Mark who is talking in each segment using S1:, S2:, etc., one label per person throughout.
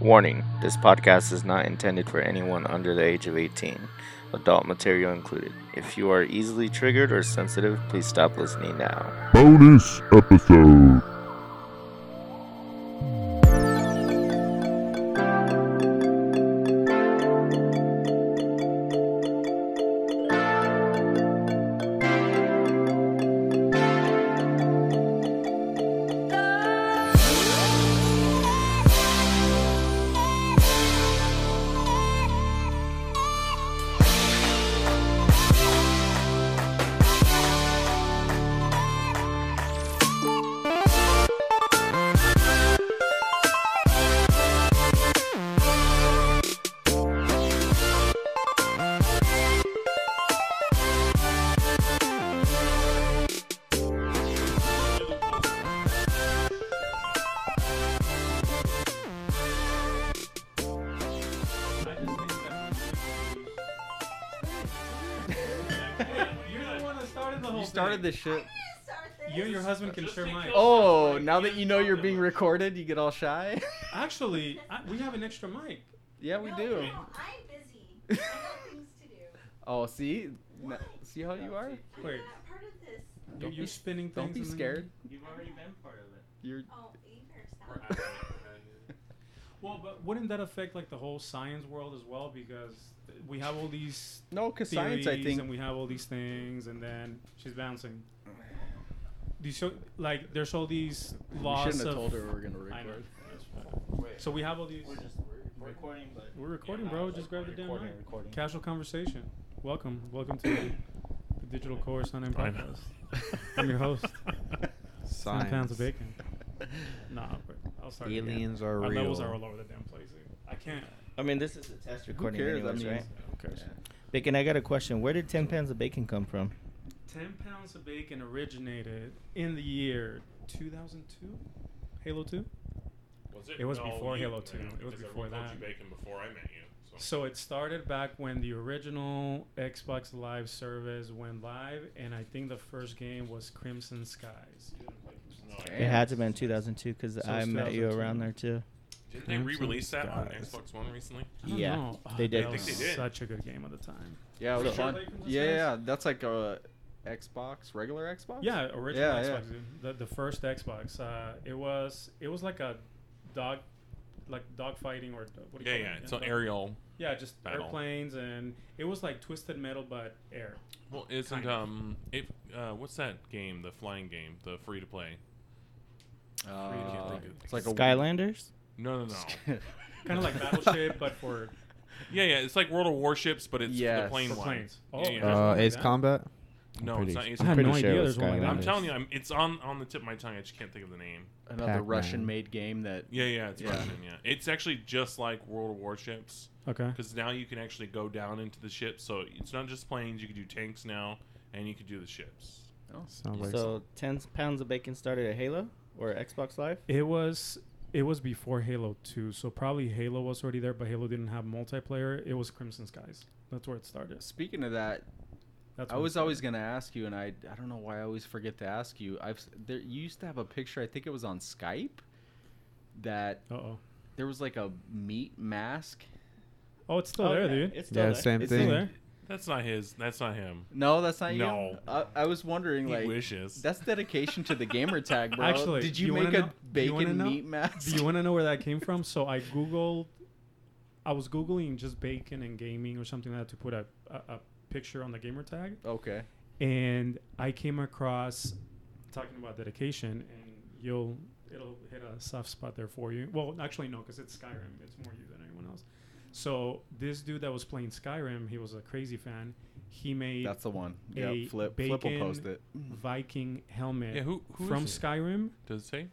S1: Warning this podcast is not intended for anyone under the age of 18, adult material included. If you are easily triggered or sensitive, please stop listening now.
S2: bonus episode.
S3: You're the one that started the whole
S4: You started this shit.
S3: You and your husband can share mine.
S4: Oh, now that you know you're being recorded, you get all shy.
S3: actually, I, we have an extra mic.
S4: yeah, we
S5: No,
S4: do.
S5: no, I'm busy. I got things to do.
S4: Oh, see, N- see how you are.
S5: I'm
S3: Wait.
S5: not part of this.
S3: You're,
S4: Don't
S3: you're
S4: be-
S3: spinning things.
S4: Don't be
S3: and then-
S4: scared.
S6: You've already been part of it.
S4: You're.
S5: Oh, you better stop.
S6: We're out of it already.
S3: Well, but wouldn't that affect like the whole science world as well? Because th- we have all these
S4: No, cause
S3: theories
S4: science. I
S3: and
S4: think.
S3: we have all these things, and then she's bouncing. These so, like there's all these
S4: We
S3: laws
S4: shouldn't have
S3: of.
S4: told her we were gonna
S3: I know.
S4: record.
S6: Wait,
S3: So we have all these.
S6: we're just we're recording, but
S3: We're recording,
S6: Yeah,
S3: bro.
S6: like,
S3: Just grab the
S6: we're
S3: damn
S6: recording,
S3: mic.
S6: recording.
S3: Casual conversation. Welcome, welcome to the digital course on Empire. I'm your host. Ten pounds of bacon. Nah, but I'll start. again.
S7: Aliens are
S3: Our
S7: real.
S3: levels are all over the damn place. dude. I can't.
S1: I mean, this is a test recording,
S4: cares?
S1: anyways,
S4: I mean-
S1: right?
S3: Okay.
S1: Bacon, I got a question. Where did 10 pounds of bacon come from?
S3: Ten pounds of bacon originated in the year 2002. Halo 2.
S8: Was it?
S3: It was
S8: No,
S3: before
S8: you-
S3: Halo 2.
S8: yeah,
S3: It was
S8: because
S3: before
S8: everyone
S3: that.
S8: called you Bacon before I met you. So,
S3: So it started back when the original Xbox Live service went live, and I think the first game was Crimson Skies.
S8: no, I-
S1: It had to be in 2002 because
S3: So
S1: I
S3: it's
S1: met you
S3: 2002.
S1: around there too.
S8: Didn't they re-release that on Xbox One recently?
S3: I don't
S1: Yeah,
S3: know. Oh,
S1: they did.
S3: That
S8: I
S3: was
S8: think they did.
S3: such a good game at the time.
S4: Yeah, it was
S3: Sure.
S4: fun. Yeah, yeah, yeah, that's like a Xbox, regular Xbox.
S3: Yeah, original
S4: Yeah, yeah.
S3: Xbox, dude. The, the first Xbox. Uh, it was it was like a dog, like dog fighting or do- what do
S8: Yeah,
S3: you
S8: yeah.
S3: call it?
S8: It's an
S3: dog-
S8: aerial.
S3: Yeah, just
S8: battle.
S3: airplanes, and it was like Twisted Metal but air.
S8: Well, isn't
S3: Kind of.
S8: um, it, uh, what's that game? The flying game, the free to play.
S4: Uh,
S8: Freaking like-
S4: it's like a
S1: Skylanders?
S8: No, no, no.
S3: Kind of like Battleship, but for,
S8: yeah, yeah. It's like World of Warships, but it's the
S4: Yes.
S8: plane
S3: for
S8: one.
S3: planes.
S8: Yeah, yeah.
S3: there's one
S7: Uh,
S3: like
S7: Ace
S3: that?
S7: Combat.
S8: No,
S7: I'm
S8: it's
S7: pretty-
S8: not. It's
S3: I had
S8: not
S3: no
S1: Pretty sure
S3: idea.
S1: it was
S3: there's one like that.
S8: I'm
S1: Skylanders.
S8: telling you, I'm, it's on on the tip of my tongue. I just can't think of the name.
S4: another
S7: Pac-Man.
S4: Russian-made game that.
S8: Yeah, yeah. It's
S4: Yeah.
S8: Russian. Yeah, it's actually just like World of Warships.
S3: Okay.
S8: because now you can actually go down into the ship. So it's not just planes; you can do tanks now, and you can do the ships.
S7: Sounds like
S1: So 10 pounds of bacon started at Halo or Xbox Live?
S3: It was it was before Halo 2, so probably Halo was already there, but Halo didn't have multiplayer. It was Crimson Skies. That's where it started.
S4: Speaking of that,
S3: That's
S4: I
S3: when it
S4: was uh,
S3: started.
S4: always gonna ask you, and I I don't know why I always forget to ask you. I've s- there you used to have a picture. I think it was on Skype. That
S3: Uh-oh.
S4: there was like a meat mask.
S3: Oh, it's still
S1: Oh,
S3: there,
S1: yeah,
S3: dude.
S1: It's still
S7: yeah,
S1: there.
S7: same
S4: It's
S3: still
S7: thing.
S3: there.
S8: That's not his. That's not him.
S4: No, that's not you.
S8: No.
S4: I, I was wondering,
S8: He
S4: like,
S8: wishes.
S4: that's dedication to the gamer tag, bro.
S3: Actually,
S4: did you,
S3: you
S4: make
S3: wanna
S4: a
S3: know- do you wanna
S4: bacon
S3: know?
S4: meat mask?
S3: Do you want to know where that came from? So I googled, I was googling just bacon and gaming or something like that to put a, a, a picture on the gamer tag,
S4: okay.
S3: and I came across talking about dedication, and you'll it'll hit a soft spot there for you. Well, actually no, because it's Skyrim. It's more you than anyone else. So this dude that was playing Skyrim, he was a crazy fan. He made
S4: That's the one. Yeah,
S3: a
S4: flip. Flip will
S3: bacon-
S4: post it.
S3: Viking helmet
S8: Yeah, who- who is
S3: from
S8: it?
S3: Skyrim.
S8: Does it say?
S3: I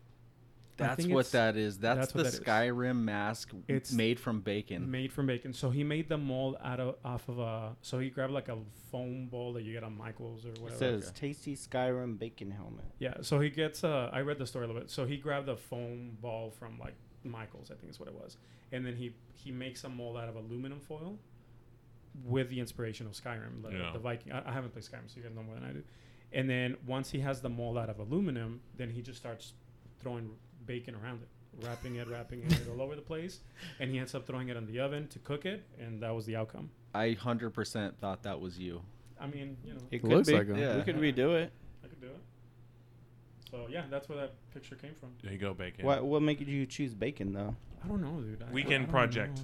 S4: That's
S3: think
S4: what
S3: it's
S4: that is. That's,
S3: that's
S4: the
S3: what that is.
S4: Skyrim mask
S3: It's
S4: made from bacon.
S3: Made from bacon. So he made the mold out of off of a. So he grabbed like a foam ball that you get on Michaels or
S1: It
S3: whatever.
S1: says tasty Skyrim bacon helmet.
S3: Yeah. So he gets. Uh, I read the story a little bit. So he grabbed a foam ball from like Michaels, I think is what it was, and then he he makes a mold out of aluminum foil, with the inspiration of Skyrim, the,
S8: Yeah.
S3: the Viking. I, I haven't played Skyrim, so you guys know more than I do. And then once he has the mold out of aluminum, then he just starts throwing bacon around it wrapping it, wrapping it all over the place, and he ends up throwing it in the oven to cook it, and that was the outcome.
S4: I hundred percent thought that was you.
S3: I mean, you know,
S7: It could
S9: looks
S7: be.
S9: like 'em.
S4: Yeah.
S9: We could redo it.
S3: I could do it. So yeah, that's where that picture came from.
S8: There you go, bacon.
S9: What what made you choose bacon though?
S3: I don't know, dude. I-
S8: Weekend
S3: I don't
S8: project.
S3: know.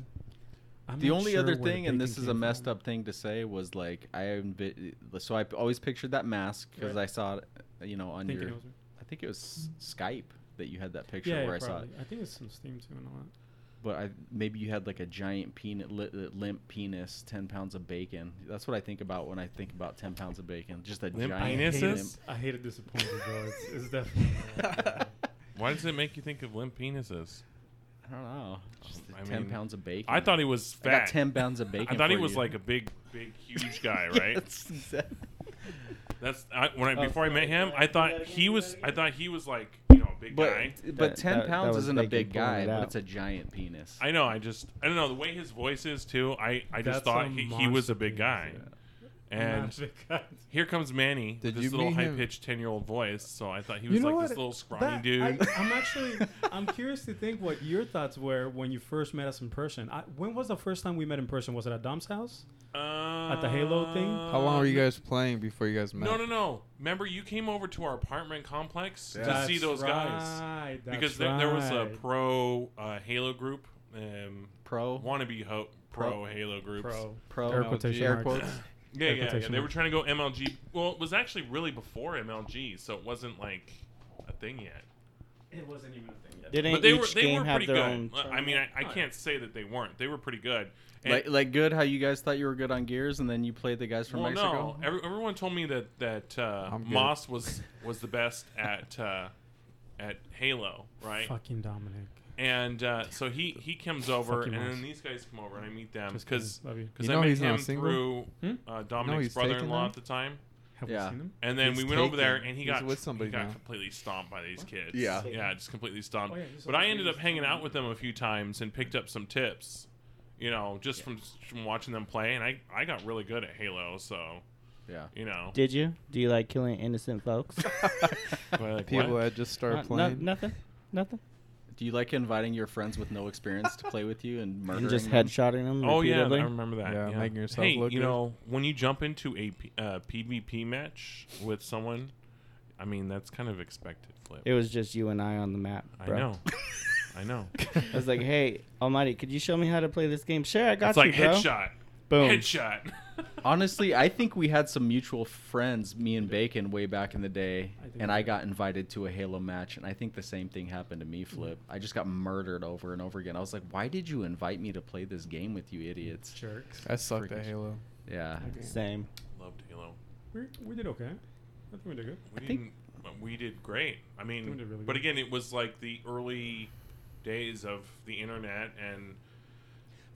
S3: I'm
S4: the
S3: not
S4: only
S3: sure
S4: other
S3: where the
S4: thing, and this
S3: bacon
S4: is a
S3: came
S4: messed
S3: from.
S4: up thing to say, was like I envi- so I always pictured that mask because
S3: Right.
S4: I saw it, you know, on
S3: Thinking
S4: your.
S3: it was-
S4: I think it was Skype that you had that picture
S3: yeah,
S4: where
S3: yeah,
S4: I saw it.
S3: probably. I think it's some steam too and all that.
S4: But I maybe you had like a giant peanut li- uh, limp penis, ten pounds of bacon. That's what I think about when I think about ten pounds of bacon. Just a
S8: Limp
S4: giant
S8: penis?
S4: limp-
S8: Penises?
S3: I hate it disappointed though. It's, it's definitely.
S8: Why does it make you think of limp penises?
S4: I don't know. Just the
S8: I
S4: ten
S8: mean,
S4: pounds of bacon.
S8: I thought he was
S4: I
S8: fat.
S4: got ten pounds of bacon.
S8: I thought he
S4: for
S8: was
S4: you.
S8: like a big, big, huge guy, right?
S4: Yes, exactly.
S8: That's I, when I
S9: Oh,
S8: before I met him. I
S6: Do that
S8: thought
S6: again,
S8: he
S6: do
S8: was.
S6: that
S8: I
S6: again.
S8: thought he was like you know a big
S4: but
S8: guy.
S4: but
S9: That-
S4: ten
S9: that- that
S4: pounds
S9: was
S4: isn't a
S9: bacon
S4: big
S9: pulling
S4: guy,
S9: it
S4: but
S9: out.
S4: it's a giant penis.
S8: I know. I just I don't know the way his voice is too. I I
S3: That's
S8: just thought
S3: a
S8: he, he was
S3: monster
S8: a big guy.
S3: penis,
S8: And here comes Manny
S7: Did
S8: with
S7: you
S8: this little
S7: meet him?
S8: high pitched ten year old voice. So I thought he
S3: You
S8: was
S3: know
S8: like
S3: what?
S8: this little scrawny
S3: That-
S8: dude.
S3: I, am actually, I'm curious to think what your thoughts were when you first met us in person. I, when was the first time we met in person? Was it at Dom's house?
S8: uh,
S3: the Halo thing?
S7: How long were you guys playing before you guys met?
S8: No, no, no. Remember, you came over to our apartment complex to
S3: That's
S8: see those guys
S3: right, that's
S8: because there, there was a
S3: right.
S8: pro uh, Halo group, um,
S4: Pro,
S8: wannabe ho- pro,
S4: Pro-
S8: Halo groups.
S3: pro. Oh,
S4: pro,
S3: Air
S4: no,
S3: quotation
S4: air
S3: marks.
S4: quotes.
S8: Yeah,
S3: Air
S8: yeah, yeah.
S3: quotation
S8: They were
S3: marks.
S8: trying to go MLG. Well, it was actually really before MLG, so it wasn't like a thing yet.
S3: It wasn't even a thing yet.
S9: Didn't
S8: but they
S9: each
S8: were they
S9: game
S8: were
S9: have
S8: pretty
S9: their
S8: good.
S9: own?
S8: Uh, I mean, I, I
S3: Oh, yeah.
S8: can't say that they weren't. They were pretty good. And-
S4: like, like good. How you guys thought you were good on gears, and then you played the guys from
S8: well,
S4: Mexico.
S8: no, every, everyone told me that that uh,
S7: I'm good.
S8: Moss was was the best at uh, at Halo, right?
S3: Fucking Dominic.
S8: And uh, so he he comes over,
S3: Fucking
S8: and
S3: Moss.
S8: then these guys come over, and I meet them
S3: Just
S8: because
S3: kidding. Love you.
S8: because
S7: You
S8: I
S7: know
S8: met
S7: he's not
S8: him
S7: single?
S8: through
S3: Hmm?
S8: uh, Dominic's
S7: he's taken
S8: brother-in-law
S7: them?
S8: at the time.
S3: Have
S4: Yeah.
S3: we seen him?
S8: And then
S7: He's
S8: we went over there,
S7: taken.
S8: and he
S7: He's
S8: got
S7: with somebody
S8: he got
S7: now.
S8: completely stomped by these kids.
S4: Yeah.
S8: yeah, just completely stomped.
S3: Oh, yeah, he's
S8: but I
S3: always-
S8: ended up hanging out with them a few times and picked up some tips, you know, just from from watching them play, and I I got really good at Halo, so
S4: Yeah.
S8: you know.
S9: Did you? Do you like killing innocent folks?
S8: But, like,
S7: People
S8: what?
S7: that just started
S9: Uh, no-
S7: playing.
S9: nothing. Nothing.
S4: Do you like inviting your friends with no experience to play with you and murdering
S9: And just
S4: them?
S9: headshotting them.
S8: Oh yeah,
S9: repeatedly?
S8: I remember that.
S7: Yeah, making yourself
S8: hey,
S7: look
S8: you
S7: good.
S8: know, when you jump into a P- uh, PvP match with someone, I mean that's kind of expected. Flip.
S9: It was just you and I on the map.
S8: I
S9: Bro.
S8: know, I know.
S9: I was like, hey, Almighty, could you show me how to play this game? Sure, I got
S8: it's
S9: you,
S8: like
S9: bro.
S8: headshot,
S9: Boom.
S8: headshot.
S4: Honestly, I think we had some mutual friends, me and Bacon, way back in the day,
S3: I think
S4: and
S3: we
S4: I
S3: did.
S4: got invited to a Halo match, and I think the same thing happened to
S3: Mm-hmm.
S4: me, Flip. I just got murdered over and over again. I was like, "Why did you invite me to play this game with you idiots?"
S3: Jerks.
S7: I sucked
S4: Freaking-
S7: at Halo.
S4: Yeah,
S9: Same.
S8: Loved Halo.
S3: We, we did okay. I think we did good.
S8: We
S4: I
S8: didn't.
S4: think-
S8: we did great. I mean,
S3: We did really
S8: but
S3: good.
S8: again, it was like the early days of the internet and.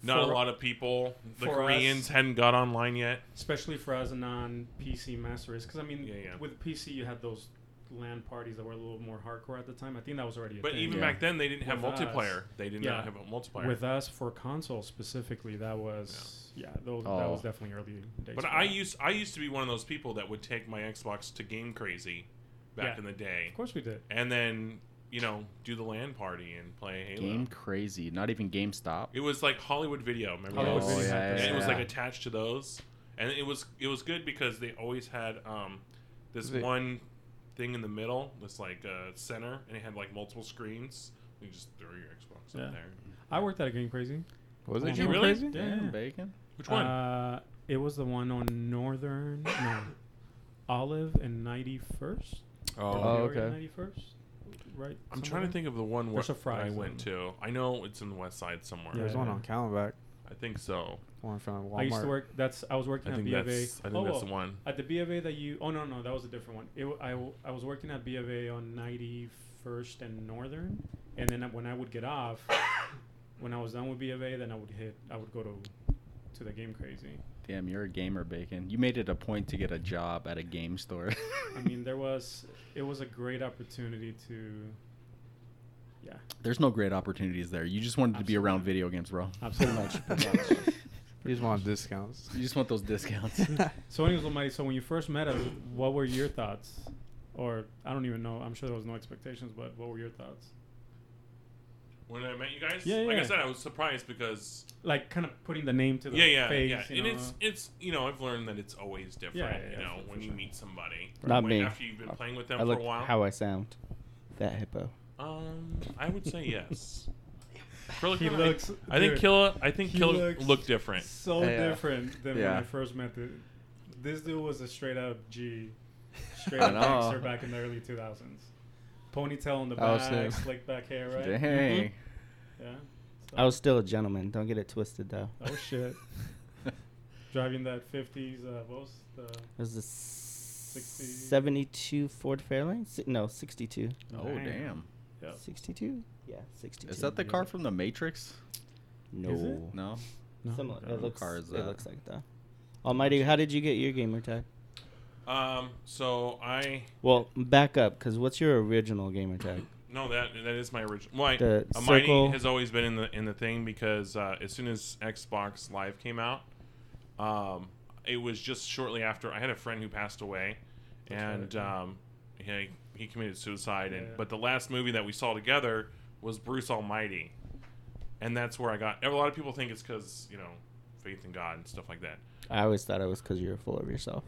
S8: Not
S3: For-
S8: a lot of people. The
S3: for us-
S8: Koreans hadn't got online yet.
S3: especially for as a non PC master race. Because I mean,
S8: Yeah, yeah.
S3: with PC you had those LAN parties that were a little more hardcore at the time. I think that was already. A
S8: But
S3: thing.
S8: even
S4: Yeah.
S8: back then, they didn't have
S3: With us.
S8: multiplayer. They did
S3: Yeah.
S8: not have a multiplayer.
S3: with us for console specifically, that was yeah, those, that
S4: Oh.
S3: was definitely early days.
S8: But
S3: for
S8: I
S3: that.
S8: used I used to be one of those people that would take my Xbox to Game Crazy back
S3: Yeah.
S8: in the day,
S3: Of course we did.
S8: and then you know do the LAN party and play Halo.
S4: game crazy. Not even GameStop.
S8: It was like Hollywood Video. Remember?
S3: Hollywood
S8: those?
S3: Video.
S8: And it was
S4: yeah.
S8: like attached to those, and it was it was good because they always had um this
S7: Is it-
S8: one thing in the middle, this like uh, center, and it had like multiple screens. You just throw your Xbox
S3: Yeah.
S8: up there.
S3: I worked at a Game Crazy.
S7: Was
S3: Did
S7: it
S3: you
S7: Game
S8: really?
S7: Crazy?
S3: Yeah.
S4: Damn, Bacon.
S8: Which one?
S3: Uh, it was the one on Northern, no, Olive and Ninety First.
S7: Oh, okay.
S3: Ninety First, right?
S8: I'm trying to
S3: somewhere?
S8: think of the one where
S3: There's a
S8: I
S3: Fry's
S8: went
S3: on-
S8: to. I know it's in the West Side somewhere.
S3: Yeah.
S7: There's one on Camelback.
S8: I think so.
S7: One from Walmart.
S3: I used to work. That's I was working
S8: I
S3: at
S8: think
S3: B of A.
S8: that's. I think
S3: Oh,
S8: that's
S3: oh,
S8: the one.
S3: At the B of A that you. Oh no no that was a different one. It, w- I, w- I was working at B of A on 91st and Northern, and then when I would get off, when I was done with B of A, then I would hit. I would go to to the game crazy.
S4: Damn, you're a gamer, Bacon. You made it a point to get a job at a game store.
S3: I mean there was it was a great opportunity to. Yeah,
S4: there's no great opportunities there. You just wanted to be around video games, bro.
S3: absolutely.
S7: You just want discounts.
S4: You just want those discounts.
S3: so anyways, Almighty. So when you first met us, what were your thoughts? Or I don't even know. I'm sure there was no expectations, but what were your thoughts?
S8: when I met you guys.
S3: Yeah,
S8: like
S3: yeah.
S8: I said, I was surprised because
S3: Like kind of putting the name to the
S8: yeah, yeah,
S3: face.
S8: yeah.
S3: you
S8: And
S3: know?
S8: it's it's you know I've learned that it's always different.
S3: Yeah, yeah,
S8: you
S3: yeah,
S8: know
S3: for-
S8: when
S3: for
S8: you
S3: sure.
S8: meet somebody,
S9: Not
S8: when,
S9: me.
S8: after you've been playing with them
S9: I
S8: for a
S9: look
S8: while.
S9: how I sound. That hippo.
S8: um, I would say yes. Acrylic
S3: He
S8: eye.
S3: looks-
S8: I think
S3: dude,
S8: Killa. I think
S3: he
S8: Killa
S3: looks
S8: looked different.
S3: So
S4: Yeah.
S3: different than when
S4: Yeah.
S3: I first met the. This dude was a straight up G, straight
S4: I
S3: up
S4: know.
S3: gangster back in the early 2000s. Ponytail in the
S7: That was
S3: back,
S7: him.
S3: slick back hair, right? Mm-hmm.
S4: Dang.
S3: Yeah. So-
S9: I was still a gentleman. Don't get it twisted though.
S3: Oh shit! Driving that 50s, uh, what was the?
S9: It was a '72 Ford Fairlane. Si- no, '62.
S4: Oh
S3: Damn.
S4: damn!
S8: Oh.
S3: Yep.
S9: '62. Yeah, '62.
S4: Is that the car from the Matrix?
S9: No.
S3: Is it?
S4: No.
S9: Similar.
S4: I don't
S9: It
S4: know
S9: looks.
S4: car is
S9: It
S4: that.
S9: looks like that. Almighty, how did you get your gamer tag?
S8: Um, so I
S9: Well, back up, because what's your original gamer tag?
S8: No, that that is my original. My
S9: The
S8: uh, mining
S9: circle-
S8: has always been in the in the thing because uh, as soon as Xbox Live came out, um, it was just shortly after I had a friend who passed away, and um, he he committed suicide.
S3: Yeah.
S8: And but the last movie that we saw together was Bruce Almighty, and that's where I got. A lot of people think it's because you know faith in God and stuff like that.
S9: I always thought it was because you were full of yourself.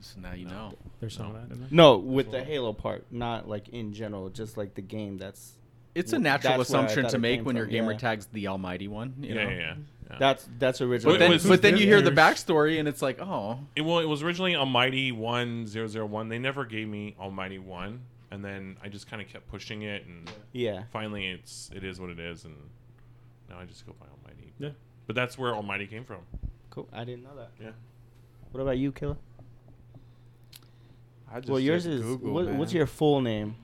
S4: So now you know.
S3: There's some
S8: No.
S3: of that in there.
S9: No, with the Halo part, not like in general, just like the game. That's
S4: It's a
S9: Well,
S4: natural
S9: that's where I
S4: assumption
S9: thought
S4: to
S9: it
S4: make
S9: came
S4: when your
S9: from,
S4: gamer
S9: yeah.
S4: tag's the Almighty One. You
S8: yeah,
S4: know?
S8: yeah, yeah, yeah.
S9: that's that's original.
S4: But then,
S8: was-
S4: but then you hear the
S3: There's-
S4: backstory and it's like, oh,
S8: It, well, it was originally Almighty One Zero Zero One. They never gave me Almighty One, and then I just kind of kept pushing it, and
S9: yeah,
S8: finally, it's it is what it is, and now I just go by Almighty.
S3: Yeah.
S8: But that's where Almighty came from.
S9: cool. I didn't know that.
S8: Yeah.
S9: What about you, Killer?
S7: I just
S9: Well, yours
S7: said
S9: is.
S7: Google,
S9: what, what's
S7: man.
S9: your full name?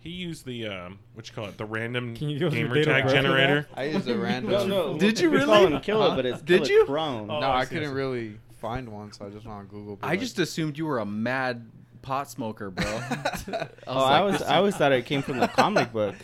S8: He used the um, what you call it, the random
S3: Can you give us your
S8: gamer
S3: date of
S8: tag
S3: birth for
S8: generator.
S7: I used a random.
S9: No, no.
S4: Did you
S9: we
S4: really?
S9: Call him Killer,
S4: Huh?
S9: but it's
S4: Did
S9: Killer
S4: you?
S9: Crown.
S3: Oh,
S7: No,
S3: I
S7: I
S3: see, I
S7: couldn't
S3: see.
S7: really find one, so I just went on Google. but,
S4: I
S7: like,
S4: just assumed you were a mad pot smoker, bro. I
S9: oh, I was I always thought it came from the comic book.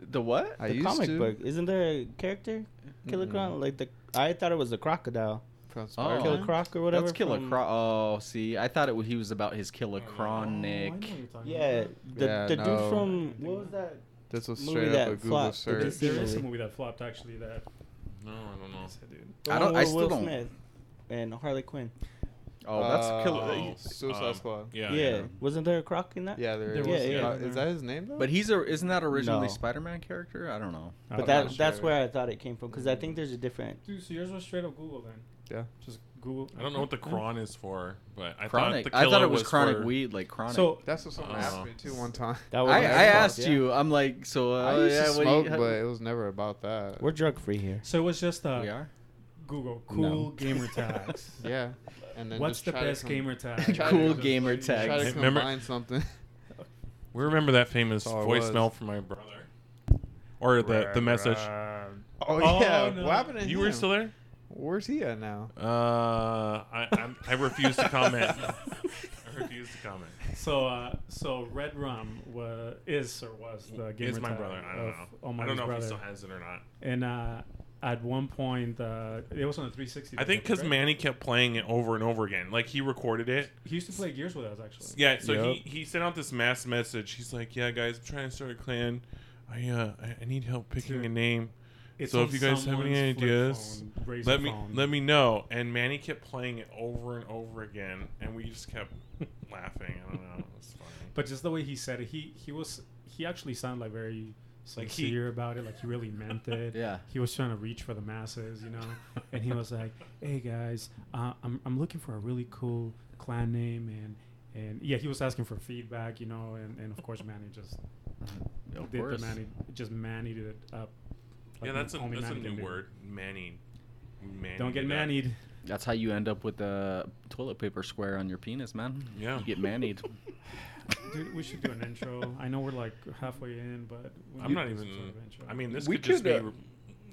S4: the what?
S7: I
S9: the
S7: used
S9: comic
S7: to.
S9: book. Isn't there a character Killer
S7: Mm-mm.
S9: Crown? Like the I thought it was the crocodile,
S7: From
S4: Oh.
S9: Killer
S7: Spider-Man.
S9: Croc or whatever.
S4: That's Killer
S9: from-
S4: Cro- Oh, see, I thought it was, he was about his Killer
S3: Oh, I know
S4: Chronic.
S3: what you're talking
S9: Yeah,
S3: about.
S9: the
S7: Yeah,
S9: the dude
S7: no.
S9: from what was that?
S7: This was
S9: Movie
S7: straight up
S9: that
S7: a Google
S9: flopped. Did
S3: There-
S9: you
S7: search.
S9: see-
S3: there is
S9: Seemingly.
S3: a movie that flopped actually that.
S8: No, I don't know.
S3: dude.
S9: The
S4: I
S9: one
S4: don't- I
S9: with
S4: still
S9: Will
S4: don't-
S9: Smith and Harley Quinn.
S4: Oh, that's
S7: Uh,
S4: Killer.
S8: Oh,
S7: Suicide
S8: um,
S7: Squad.
S8: Yeah,
S9: Yeah, wasn't there a croc in that?
S7: Yeah, there
S3: There
S7: is.
S9: was-
S7: yeah,
S9: yeah.
S7: Is that his name though?
S4: But he's a isn't that originally
S9: No.
S4: Spider-Man character? I don't know.
S9: But
S7: I'm
S9: that
S7: not
S9: that's
S7: sure.
S9: where I thought it came from because I think there's a different.
S3: Dude, so yours was straight up Google then.
S7: yeah.
S3: Just Google.
S8: I don't know what the Kron is for, but I
S4: Chronic.
S8: thought the
S4: I thought
S8: Killa
S4: it was, chronic
S8: for-
S4: weed, like chronic.
S3: So
S7: That's what someone
S8: Uh,
S7: asked me too one time.
S9: That
S4: I,
S9: was
S4: I
S9: on Xbox,
S4: asked
S9: yeah.
S4: you. I'm like, so uh,
S7: I used
S4: yeah,
S7: to
S4: what do you-
S7: smoke, but it was never about that.
S9: We're drug free here.
S3: So it was just uh,
S4: we are.
S3: Google
S9: No.
S3: cool gamer tags.
S7: Yeah. And then
S3: What's
S7: just
S3: the
S7: try to
S3: best
S7: com-
S3: gamer tag?
S7: Try
S4: Cool
S7: to,
S4: gamer
S7: Try
S4: tags.
S7: to
S8: Hey,
S7: combine
S8: remember-
S7: something.
S8: We remember that famous
S7: That's all it
S8: voicemail
S7: was.
S8: from my brother, or the the message.
S7: Oh,
S3: Oh,
S7: yeah.
S3: no.
S7: What happened to
S8: You
S7: him?
S8: were still there.
S7: Where's he at now?
S8: Uh, I I'm, I refuse to comment. I refuse to comment.
S3: So, uh, so Red Rum was, is or was the gamer
S8: It's my
S3: tag
S8: brother. I don't
S3: of
S8: know. I
S3: Almighty's
S8: don't know
S3: brother.
S8: if he still has it or not.
S3: And uh, at one point, uh, it was on the 360.
S8: I think because
S3: right?
S8: Manny kept playing it over and over again. Like he recorded it.
S3: he used to play Gears with us actually.
S8: Yeah. So
S7: Yep.
S8: he, he sent out this mass message. He's like, "Yeah, guys, I'm trying to start a clan. I uh I- I need help picking a name.
S3: It's
S8: so
S3: on
S8: if you guys have any
S3: someone's flip
S8: ideas,
S3: phone, razor
S8: Let me
S3: phone.
S8: let me know." And Manny kept playing it over and over again, and we just kept laughing. I don't know. It was funny.
S3: But just the way he said it, he he was he actually sounded like very
S8: Like
S3: sincere
S8: he-
S3: about it. Like he really meant it.
S4: Yeah.
S3: He was trying to reach for the masses, you know. and he was like, "Hey guys, uh, I'm I'm looking for a really cool clan name and." And yeah, he was asking for feedback, you know, and, and of course Manny just did
S4: Of
S3: the
S4: course.
S3: Manny just Manny it up.
S8: yeah,
S3: like
S8: that's a
S3: only
S8: that's a
S3: Manny can
S8: new
S3: do.
S8: word. Manny. Manny.
S3: Don't get
S8: that.
S3: manied.
S4: That's how you end up with a toilet paper square on your penis, man.
S8: Yeah.
S4: You get manied.
S3: Dude, we should do an intro. I know we're like halfway in, but we
S8: I'm
S3: need
S8: not
S3: to do some
S8: even.
S3: sort of intro.
S8: I mean, this
S4: We
S8: could just be.
S4: could, uh,
S8: re-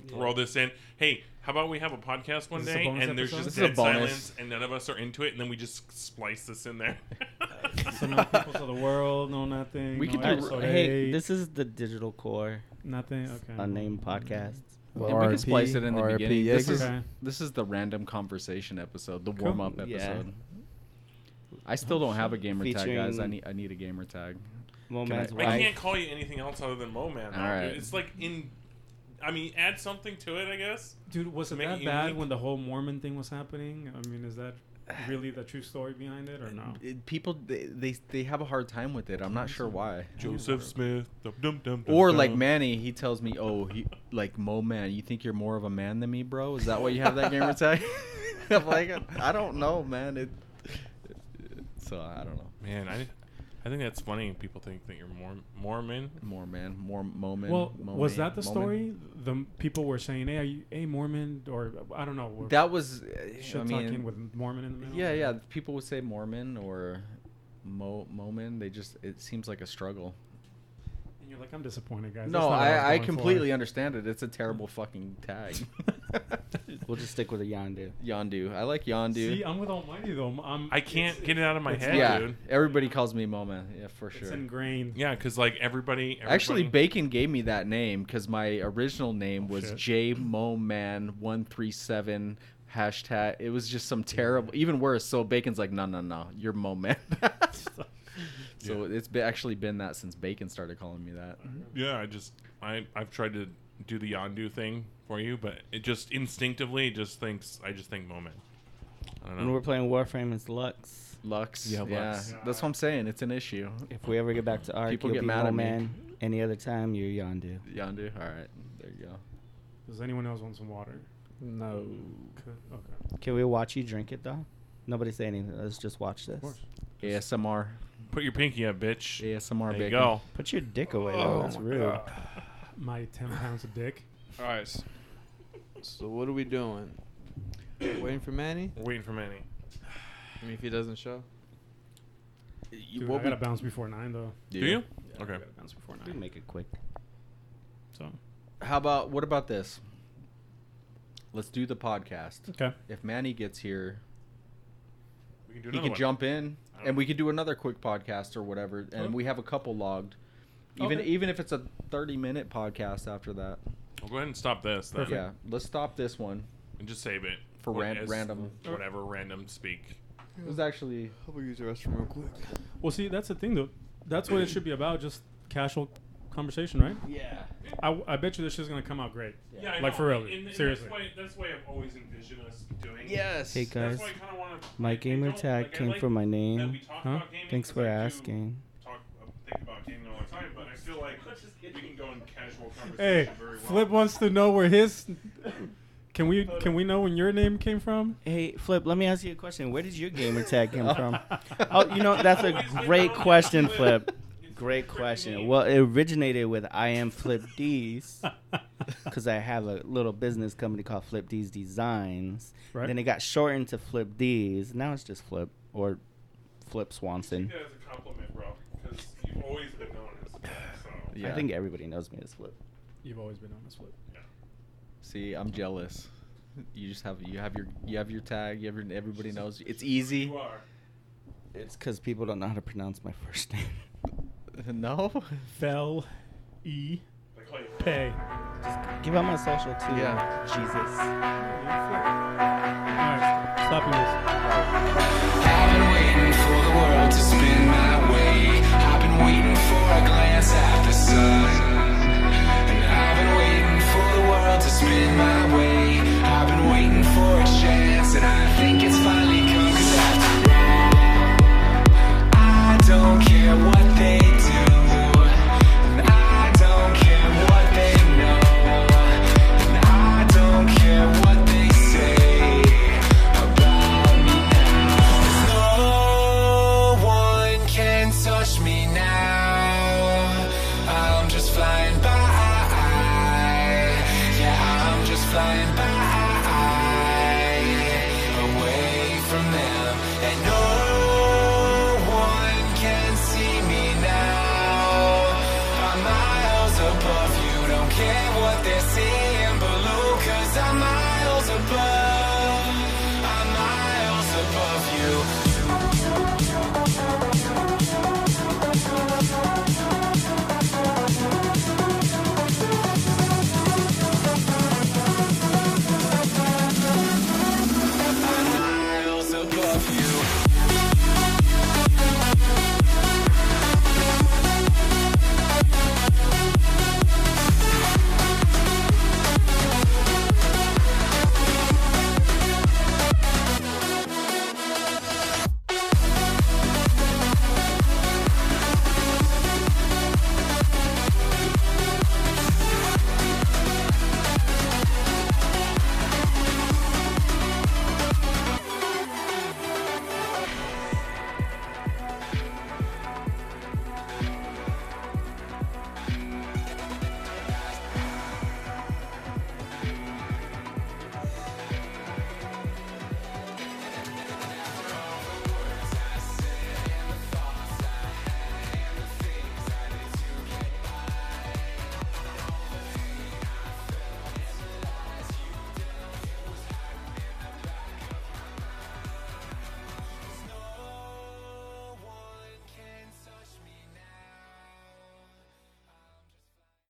S8: Throw this in. Hey, how about we have a podcast one
S3: Is this a
S8: day
S3: bonus
S8: and there's
S3: episode?
S8: just
S4: This is a
S8: dead
S4: bonus.
S8: silence and none of us are into it, and then we just splice this in there.
S3: so no peoples of the world, no nothing.
S4: We
S3: no
S4: could do-
S3: episode
S9: hey,
S3: eight,
S9: this is the Digital Core
S3: nothing. Okay.
S9: unnamed podcast.
S4: And we could splice it in the beginning. This is
S3: Okay.
S4: this is the random conversation episode, the
S3: Cool.
S4: warm up
S9: Yeah.
S4: episode. I still don't have a gamer tag, guys. I
S9: Featuring-
S4: need I need a gamer tag.
S9: Well,
S4: Can I-
S9: man's
S4: I
S8: I
S9: wife.
S8: can't call you anything else other than Mo Man.
S4: All
S8: now, dude.
S4: right.
S8: It's like in I mean, add something to it, I guess.
S3: Dude, was
S8: To
S3: it
S8: make
S3: that
S8: it
S3: bad
S8: unique?
S3: when the whole Mormon thing was happening? I mean, is that really the true story behind it or no?
S4: It- people they, they they have a hard time with it. I'm not sure why.
S8: Joseph Smith. Dum, dum, dum, dum,
S4: Or like
S8: dum.
S4: Manny, he tells me, "Oh, he like Mo man, you think you're more of a man than me, bro? Is that why you have that gamer tag?" I'm like, I don't know, man. It, so I don't know.
S8: Man, I, I think that's funny. People think that you're Mor- Mormon.
S4: More man, more moment.
S3: Well, was that the story? The m- people were saying, "Hey, are you a Mormon?" or I don't know. We're
S4: That was. uh,
S3: shit
S4: I
S3: talking
S4: mean,
S3: with Mormon in the middle.
S4: yeah, yeah. People would say Mormon or Mo Mormon. They just it seems like a struggle.
S3: And you're like, "I'm disappointed, guys."
S4: no, I, I completely understand it. It's a terrible fucking tag.
S9: We'll just stick with a Yondu.
S4: Oh. Yondu, I like Yondu.
S3: understand. See, I'm with Almighty though. I'm- I'm,
S8: I can't
S3: it's,
S8: get it out of my
S3: it's
S8: head,
S4: yeah,
S8: dude.
S4: everybody calls me Mo man. Yeah, for
S3: It's
S4: sure.
S3: ingrained.
S8: Yeah, because like everybody, everybody.
S4: Actually, Bacon gave me that name because my original name
S8: Oh,
S4: was
S3: shit.
S4: J Moman one three seven hashtag. It was just some terrible, even worse. So Bacon's like, no, no, no, you're Moman. so it's be, actually been that since Bacon started calling me that.
S8: Yeah, I just I I've tried to do the Yondu thing for you, but it just instinctively just thinks I just think moment. I don't
S9: When
S8: know.
S9: we're playing Warframe, it's Lux.
S4: Lux.
S8: Yeah,
S4: Yeah,
S8: Lux.
S4: that's what I'm saying. It's an issue.
S9: If we ever get back to Ark,
S4: People
S9: you'll
S4: get
S9: be
S4: mad at me.
S9: Man. Any other time, you're Yondu.
S4: Yondu. All right, there you go.
S3: Does anyone else want some water?
S7: No.
S3: Okay. Okay.
S9: Can we watch you drink it though? Nobody say anything. Let's just watch this.
S3: course.
S4: ASMR.
S8: Put your pinky up, bitch.
S4: ASMR.
S8: there
S4: Bacon.
S8: you go.
S9: Put your dick away. though.
S4: Oh,
S9: That's rude.
S3: My ten pounds of dick.
S7: All right. s- So what are we doing? Waiting for Manny?
S8: We're waiting for Manny.
S7: I mean, if he doesn't show.
S4: You-
S3: Dude,
S4: what
S3: I
S4: we-
S3: gotta bounce before nine though.
S8: Do you?
S3: Yeah,
S8: Okay.
S3: I gotta bounce before
S9: We can
S3: nine.
S9: Make it quick.
S3: So
S4: How about what about this? Let's do the podcast.
S3: okay.
S4: If Manny gets here,
S8: We can
S4: he
S8: do another
S4: could
S8: one.
S4: jump in
S8: I don't
S4: and we could do another quick podcast or whatever and
S3: Okay.
S4: we have a couple logged even
S3: Okay.
S4: even if it's a 30 minute podcast after that
S8: We'll go ahead and stop this then,
S4: yeah let's stop this one
S8: and just save it
S4: For
S8: What
S4: ran-
S8: is-
S4: random.
S8: whatever random speak.
S4: it was actually
S7: I'll go use the restroom real quick.
S3: Well, see, that's the thing though. That's what it should be about. Just casual conversation, right?
S4: yeah
S3: I, I bet you this shit's gonna come out great.
S8: Yeah, I
S3: Like,
S8: know.
S3: for real,
S8: And- and
S3: seriously.
S8: That's why, that's why I've always envisioned us doing.
S4: yes
S9: Hey
S8: That's
S9: guys,
S8: why I kind of want to.
S9: my gamer tag came from my name.
S3: Huh?
S9: Thanks for asking.
S8: talk uh, think about gaming all the time, but I feel like we can go in casual conversation
S3: Hey,
S8: very well.
S3: Flip wants to know where his. Can we can we know when your name came from?
S9: Hey Flip, let me ask you a question. Where did your gamer tag come from? Oh, you know that's a great question, Flip. Great question. Well, it originated with I am Flip D's because I have a little business company called Flip D's Designs.
S3: Right.
S9: Then it got shortened to Flip D's. Now it's just Flip or Flip Swanson.
S8: Take that as a compliment, bro, because you've always been known as Flip, so.
S4: yeah
S9: I think everybody knows me as Flip.
S3: You've always been on this Flip.
S4: see i'm jealous you just have you have your you have your tag you have your, everybody knows you. it's easy
S8: You are.
S9: It's because people don't know how to pronounce my first name.
S4: no
S3: Fel, E,
S8: Like, like,
S3: Pay.
S9: Give out my social too.
S4: Yeah.
S9: Jesus.
S3: All right, stopping this.
S10: I've been waiting for the world to spin my way. I've been waiting for a glance at the sun. And I've been waiting for the world to spin my way. I've been waiting for a chance, and I think it's finally come. 'Cause after all, I don't care what they do. And I don't care what they know. And I don't care what they say about me now. No one can touch me now. I'm just flying by. Yeah, I'm just flying by.